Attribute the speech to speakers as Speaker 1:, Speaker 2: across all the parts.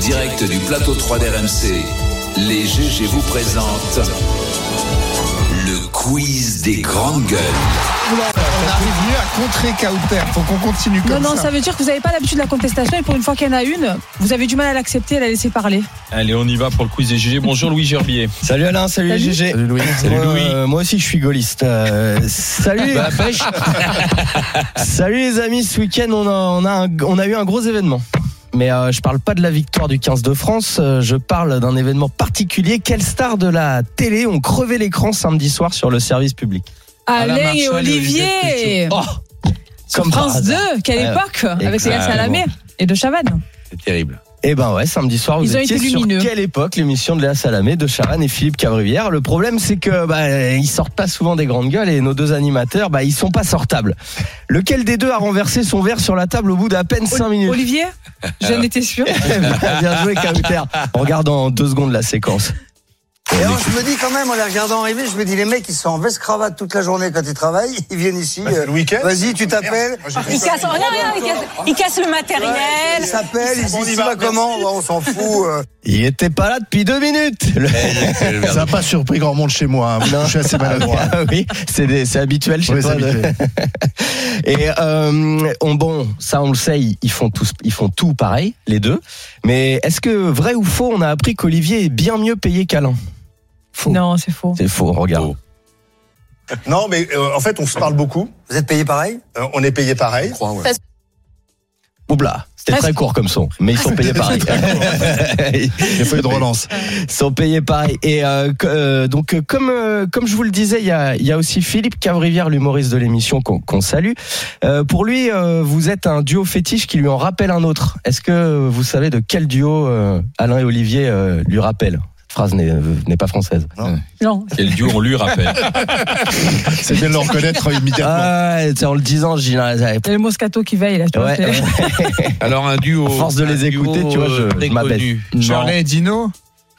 Speaker 1: direct du plateau 3 d'RMC, les GG vous présentent le quiz des grandes gueules.
Speaker 2: Oula, on arrive mieux à contrer Kauper. Faut qu'on continue
Speaker 3: Non,
Speaker 2: comme
Speaker 3: non,
Speaker 2: ça.
Speaker 3: ça veut dire que vous n'avez pas l'habitude de la contestation et pour une fois qu'il y en a une, vous avez du mal à l'accepter et à la laisser parler.
Speaker 4: Allez, on y va pour le quiz des GG. Bonjour Louis Gerbier.
Speaker 5: Salut Alain, salut,
Speaker 3: Salut.
Speaker 5: les GG. Salut Louis.
Speaker 4: Salut Louis.
Speaker 5: moi aussi je suis gaulliste. Euh, salut. salut les amis, ce week-end on a, on, a un- on a eu un gros événement. Mais euh, je parle pas de la victoire du 15 de France, euh, je parle d'un événement particulier. Quelles stars de la télé ont crevé l'écran samedi soir sur le service public
Speaker 4: Alain
Speaker 3: Alain et
Speaker 4: Marshall et
Speaker 3: Olivier
Speaker 5: Oh
Speaker 3: Sur
Speaker 5: Comme par
Speaker 3: France
Speaker 5: hasard.
Speaker 3: 2, quelle
Speaker 5: Ouais,
Speaker 3: époque Avec les gars
Speaker 5: exactement.
Speaker 3: Salamé et de Chavannes.
Speaker 1: C'est terrible.
Speaker 5: Eh ben ouais, samedi soir, vous
Speaker 3: Ils ont
Speaker 5: étiez
Speaker 3: été
Speaker 5: sur
Speaker 3: lumineux.
Speaker 5: quelle époque l'émission de Léa Salamé, de Charan et Philippe Cavrivière. Le problème, c'est que bah, ils sortent pas souvent des grandes gueules et nos deux animateurs, bah, ils sont pas sortables. Lequel des deux a renversé son verre sur la table au bout d'à peine 5 minutes Euh. Eh ben,
Speaker 3: Olivier J'en étais sûr.
Speaker 5: Bien joué, Cavrivière. On regarde en deux secondes la séquence.
Speaker 6: Et alors, je me dis quand même, en les regardant arriver, je me dis, les mecs, ils sont en veste cravate toute la journée quand ils travaillent, ils viennent ici.
Speaker 7: Bah,
Speaker 6: euh, Vas-y, tu t'appelles.
Speaker 8: Il casse, rien, rien, il casse, il casse le matériel.
Speaker 6: Ils
Speaker 7: euh,
Speaker 6: s'appellent, ils disent, ça va comment Ouais, On s'en fout. euh.
Speaker 5: Il était pas là depuis deux minutes. Le-
Speaker 2: Eh. Ça n'a pas surpris grand monde chez moi. hein. Je suis assez maladroit.
Speaker 5: Ah oui, c'est des- c'est habituel chez
Speaker 2: Ouais,
Speaker 5: toi.
Speaker 2: c'est
Speaker 5: de-
Speaker 2: habituel.
Speaker 5: Et euh, on- bon, ça on le sait, ils- ils font tous, ils font tout pareil, les deux. Mais est-ce que vrai ou faux, on a appris qu'Olivier est bien mieux payé qu'Alain Faux.
Speaker 3: Non, c'est faux.
Speaker 5: C'est faux, regarde.
Speaker 1: Faux.
Speaker 7: Non, mais euh, en fait, on se parle beaucoup.
Speaker 6: Vous êtes payé pareil
Speaker 7: Euh, on est payé pareil.
Speaker 5: Oubla, c'était
Speaker 3: Presque. Ah,
Speaker 5: très court comme son, mais ils sont payés pareil.
Speaker 2: Il faut de relance.
Speaker 5: Ils sont payés pareil. Et euh, que- euh, donc, euh, comme euh, comme je vous le disais, il y a, il y a aussi Philippe Cavrivière, l'humoriste de l'émission qu'on qu'on salue. Euh, pour lui, euh, vous êtes un duo fétiche qui lui en rappelle un autre. Est-ce que vous savez de quel duo euh, Alain et Olivier euh, lui rappellent Cette phrase n'est euh, n'est pas française.
Speaker 3: Non.
Speaker 4: Quel duo on lui rappelle.
Speaker 2: C'est bien de le reconnaître euh, immédiatement.
Speaker 5: Ah, c'est en le disant, je dis, non, ça-
Speaker 3: Il y a le Moscato qui veille là. tu vois,
Speaker 5: Ouais,
Speaker 3: c'est-
Speaker 5: ouais.
Speaker 4: Alors un duo.
Speaker 5: À force de les
Speaker 4: un duo,
Speaker 5: écouter, tu vois, je-
Speaker 4: euh,
Speaker 5: je
Speaker 4: très
Speaker 5: m'abaisse.
Speaker 4: connu.
Speaker 5: Non.
Speaker 9: Shirley et Dino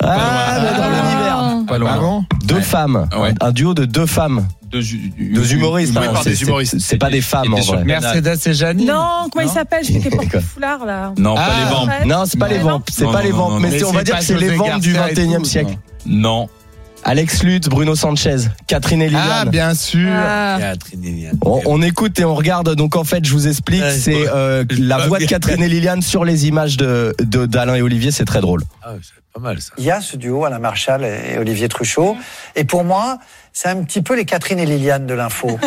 Speaker 5: Ah, mais dans l'univers.
Speaker 3: Ah.
Speaker 4: Pas loin.
Speaker 9: Ah bon
Speaker 5: Deux
Speaker 4: Ouais.
Speaker 5: femmes,
Speaker 4: Ouais.
Speaker 5: un, un duo de deux femmes,
Speaker 4: Deux, ju-
Speaker 5: deux humoristes.
Speaker 4: Joués
Speaker 5: hein,
Speaker 4: par
Speaker 5: c'est-
Speaker 4: des
Speaker 5: c'est-
Speaker 4: humoristes.
Speaker 5: C'est pas des femmes en
Speaker 4: C'était sur
Speaker 5: vrai.
Speaker 4: Canal.
Speaker 9: Mercedes et Janine
Speaker 3: Non, comment il
Speaker 9: Non.
Speaker 3: s'appelle Celui qui porte
Speaker 5: Quoi
Speaker 3: le foulard là.
Speaker 4: Non, pas
Speaker 9: Ah.
Speaker 4: les vampes.
Speaker 5: Non, c'est pas
Speaker 3: Non.
Speaker 5: les vampes, c'est
Speaker 4: Non,
Speaker 5: pas
Speaker 4: non,
Speaker 5: les
Speaker 4: non, non,
Speaker 5: vampes, mais
Speaker 9: Mais
Speaker 5: c'est- on
Speaker 9: c'est
Speaker 5: va dire
Speaker 9: pas
Speaker 5: que c'est les
Speaker 9: José
Speaker 5: vampes du
Speaker 9: Garcia et
Speaker 5: 21 e
Speaker 9: tout,
Speaker 5: siècle.
Speaker 9: non.
Speaker 4: Non.
Speaker 5: Alex Lutz, Bruno Sanchez, Catherine et
Speaker 9: Ah,
Speaker 5: Liliane.
Speaker 9: bien sûr
Speaker 3: Ah.
Speaker 5: On, on écoute et on regarde. Donc en fait, je vous explique,
Speaker 4: Ouais,
Speaker 5: c'est
Speaker 4: ouais.
Speaker 5: euh, la
Speaker 4: pas
Speaker 5: voix de
Speaker 4: bien.
Speaker 5: Catherine et Liliane sur les images de de- d'Alain et Olivier. C'est très drôle.
Speaker 4: Pas mal Ah, ça.
Speaker 6: Il y a ce duo, Alain Marshall et Olivier Truchot. Et pour moi, c'est un petit peu les Catherine et Liliane de l'info.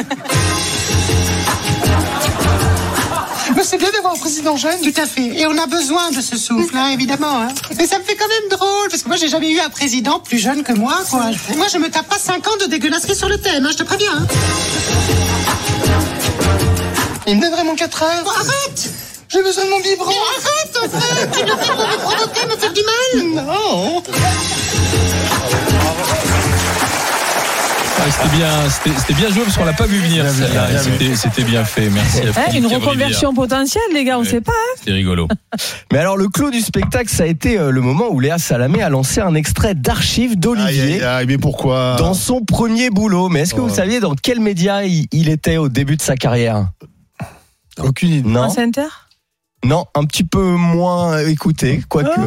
Speaker 10: Mais c'est bien d'avoir un président jeune. Tout à fait. Et on a besoin de ce souffle, hein, évidemment. hein. Mais ça me fait quand même drôle, parce que moi, j'ai jamais eu un président plus jeune que moi, quoi. Moi, je me tape pas 5 ans de dégueulasserie sur le thème, hein, je te préviens. hein. Il me donnerait mon 4 heures. arrête J'ai besoin de mon biberon. arrête, enfin Tu le fais pour me provoquer, me faire du mal Non
Speaker 4: Ah, c'était bien, c'était c'était bien joué parce qu'on l'a pas vu venir. celle-là. Et C'était c'était bien fait. Merci. à
Speaker 3: Hein,
Speaker 4: Philippe
Speaker 3: une
Speaker 4: Cavrivière.
Speaker 3: reconversion potentielle, les gars, on
Speaker 4: Ouais.
Speaker 3: sait pas. hein.
Speaker 4: C'était rigolo.
Speaker 5: Mais alors le clou du spectacle, ça a été euh, le moment où Léa Salamé a lancé un extrait d'archives
Speaker 2: Ah, Aïe,
Speaker 5: d'Olivier.
Speaker 2: aïe, aïe, mais pourquoi
Speaker 5: Dans son premier boulot, mais est-ce que vous saviez dans quel média il, il était au début de sa carrière
Speaker 9: Aucune idée.
Speaker 5: Non,
Speaker 3: France Inter.
Speaker 5: non, un petit peu moins écouté, quoique.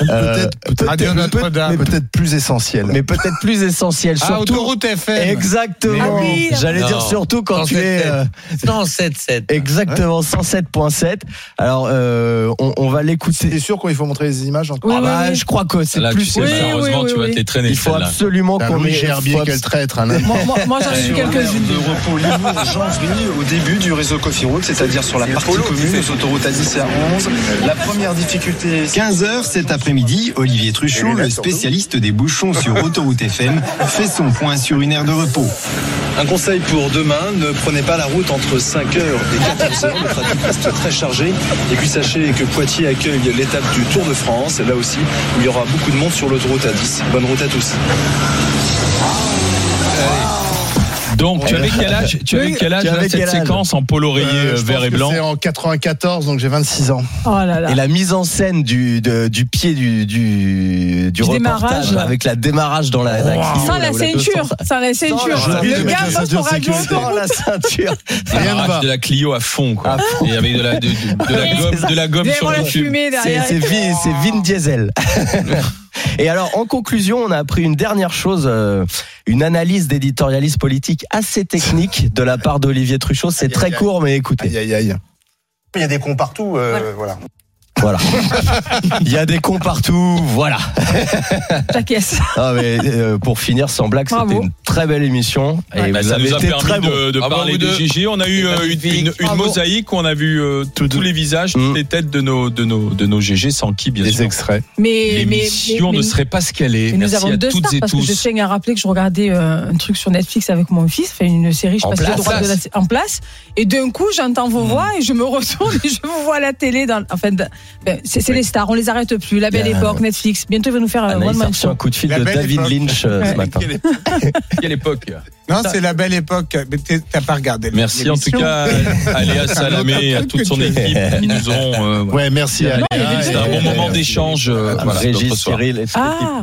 Speaker 5: Euh,
Speaker 2: Peut-être peut-être-
Speaker 9: Radio
Speaker 2: peut-être-
Speaker 9: Notre-Dame.
Speaker 2: mais peut-être plus essentiel.
Speaker 5: mais peut-être plus essentiel.
Speaker 9: Ah,
Speaker 5: surtout,
Speaker 9: Autoroute FM
Speaker 3: Ah
Speaker 5: Exactement.
Speaker 3: oui.
Speaker 5: J'allais
Speaker 4: Non.
Speaker 5: dire surtout quand tu es.
Speaker 9: 107.7.
Speaker 5: euh,
Speaker 9: 107.7
Speaker 5: Exactement, 107.7. Alors, euh, on, on va
Speaker 2: C'est
Speaker 5: l'écouter.
Speaker 2: sûr qu'il faut montrer les images encore.
Speaker 3: Oui,
Speaker 5: Ah
Speaker 3: oui,
Speaker 5: bah,
Speaker 3: oui.
Speaker 5: Je crois que c'est
Speaker 4: Là,
Speaker 5: plus.
Speaker 4: tu sais,
Speaker 3: Oui,
Speaker 4: malheureusement,
Speaker 3: oui,
Speaker 4: tu vas
Speaker 3: oui.
Speaker 4: te les traîner
Speaker 5: Il faut
Speaker 4: celle-là.
Speaker 5: absolument
Speaker 2: Putain,
Speaker 5: qu'on
Speaker 2: Ah, Louis
Speaker 5: ait-
Speaker 2: Gerbier,
Speaker 5: faut abs-
Speaker 2: quel traître. hein, Alain.
Speaker 3: Moi, moi- moi, j'en ai eu quelques-unes.
Speaker 11: de repos, l'humour genrerie au début du réseau Coffee Road, c'est-à-dire sur la partie commune, aux autoroutes à 10 et à 11. La première difficulté,
Speaker 9: 15h cet après-midi, Olivier Truchot, le spécialiste des bouchons sur Autoroute FM, fait son point sur une aire de repos.
Speaker 11: Un conseil pour demain, ne prenez pas la route entre 5h et 14h, le trafic reste très chargé. Et puis sachez que Poitiers accueille l'étape du Tour de France, là aussi, où il y aura beaucoup de monde sur l'autoroute à 10. Bonne route à tous.
Speaker 4: Donc, tu avais quel âge, tu avais quel âge
Speaker 12: Tu
Speaker 4: là,
Speaker 12: avais
Speaker 4: cette
Speaker 12: quel âge
Speaker 4: séquence en pôle oreiller
Speaker 12: Euh, je
Speaker 4: vert
Speaker 12: pense
Speaker 4: et
Speaker 12: que
Speaker 4: blanc
Speaker 12: C'est en 94, donc j'ai 26 ans.
Speaker 3: Oh
Speaker 5: Et la mise en scène du, de- du pied du, du, du, reportage
Speaker 3: démarrage.
Speaker 5: avec la démarrage dans la, la
Speaker 3: Sans
Speaker 5: Clio, là,
Speaker 3: la
Speaker 5: où la
Speaker 3: ceinture,
Speaker 5: 200.
Speaker 3: sans la ceinture.
Speaker 5: Sans la
Speaker 3: Le
Speaker 5: ceinture.
Speaker 3: gars
Speaker 5: Avec la
Speaker 3: passe
Speaker 5: ceinture
Speaker 3: pour un
Speaker 5: de sécurité.
Speaker 3: grand
Speaker 5: Sans la ceinture.
Speaker 4: Rien de la Clio à fond, quoi. Et avec de la, de, de- de la gomme, de la gomme sur le tube.
Speaker 5: C'est c'est Vin, c'est Vin Diesel. Et alors, en conclusion, on a appris une dernière chose, euh, une analyse d'éditorialiste politique assez technique de la part d'Olivier Truchot. C'est très court, mais écoutez.
Speaker 7: Il y a des cons partout, euh, voilà.
Speaker 5: Voilà. Il y a des cons partout, voilà. Ah, mais, euh, pour finir, sans blague, c'était une très belle émission. Et
Speaker 4: Bah,
Speaker 5: Eh, vous
Speaker 4: ça
Speaker 5: avez
Speaker 4: nous a
Speaker 5: été
Speaker 4: permis
Speaker 5: très bon.
Speaker 4: de, de parler de GG. On a eu euh, une, une- une mosaïque où on a vu euh, tous les visages,
Speaker 5: Mm.
Speaker 4: toutes les têtes de nos, de nos, de nos GG, sans qui, bien sûr.
Speaker 12: extraits.
Speaker 3: Mais, mais,
Speaker 4: L'émission
Speaker 3: mais-
Speaker 4: ne serait pas ce qu'elle est.
Speaker 3: mais nous
Speaker 4: Merci
Speaker 3: avons
Speaker 4: à
Speaker 3: deux
Speaker 4: toutes
Speaker 3: stars
Speaker 4: et
Speaker 3: parce que je
Speaker 4: tous.
Speaker 3: tiens à rappeler que je regardais euh, un truc sur Netflix avec mon fils, enfin une série, je sais
Speaker 4: En
Speaker 3: pas si j'ai le
Speaker 4: place. Hmm.
Speaker 3: droit de la- en place. Et d'un coup, j'entends vos voix et je me retourne et je vous vois à la télé. Dans, enfin, de- ben, c'est c'est les stars, on les arrête plus. La belle
Speaker 4: Ah.
Speaker 5: Bien.
Speaker 3: époque, Netflix. Bientôt, il va nous faire un
Speaker 5: Anaïs
Speaker 3: one
Speaker 5: a
Speaker 3: man
Speaker 5: reçu
Speaker 3: show.
Speaker 5: un coup de fil
Speaker 3: La
Speaker 5: de
Speaker 3: belle
Speaker 5: David
Speaker 3: époque.
Speaker 5: Lynch euh, ce
Speaker 3: Ouais.
Speaker 5: matin.
Speaker 4: Quelle époque
Speaker 13: Non, c'est la belle époque. Mais t'es- t'as pas regardé.
Speaker 4: Merci en tout
Speaker 13: l'émission.
Speaker 4: cas à Léa Salamé et à toute son équipe qui nous ont. euh, voilà.
Speaker 12: Ouais, merci à
Speaker 4: C'était
Speaker 12: Léa et
Speaker 4: un
Speaker 12: à-
Speaker 4: bon moment d'échange. euh, voilà,
Speaker 5: Ah, Régis,
Speaker 4: notre soir.
Speaker 3: Ah,
Speaker 5: Cyril et toute l'équipe.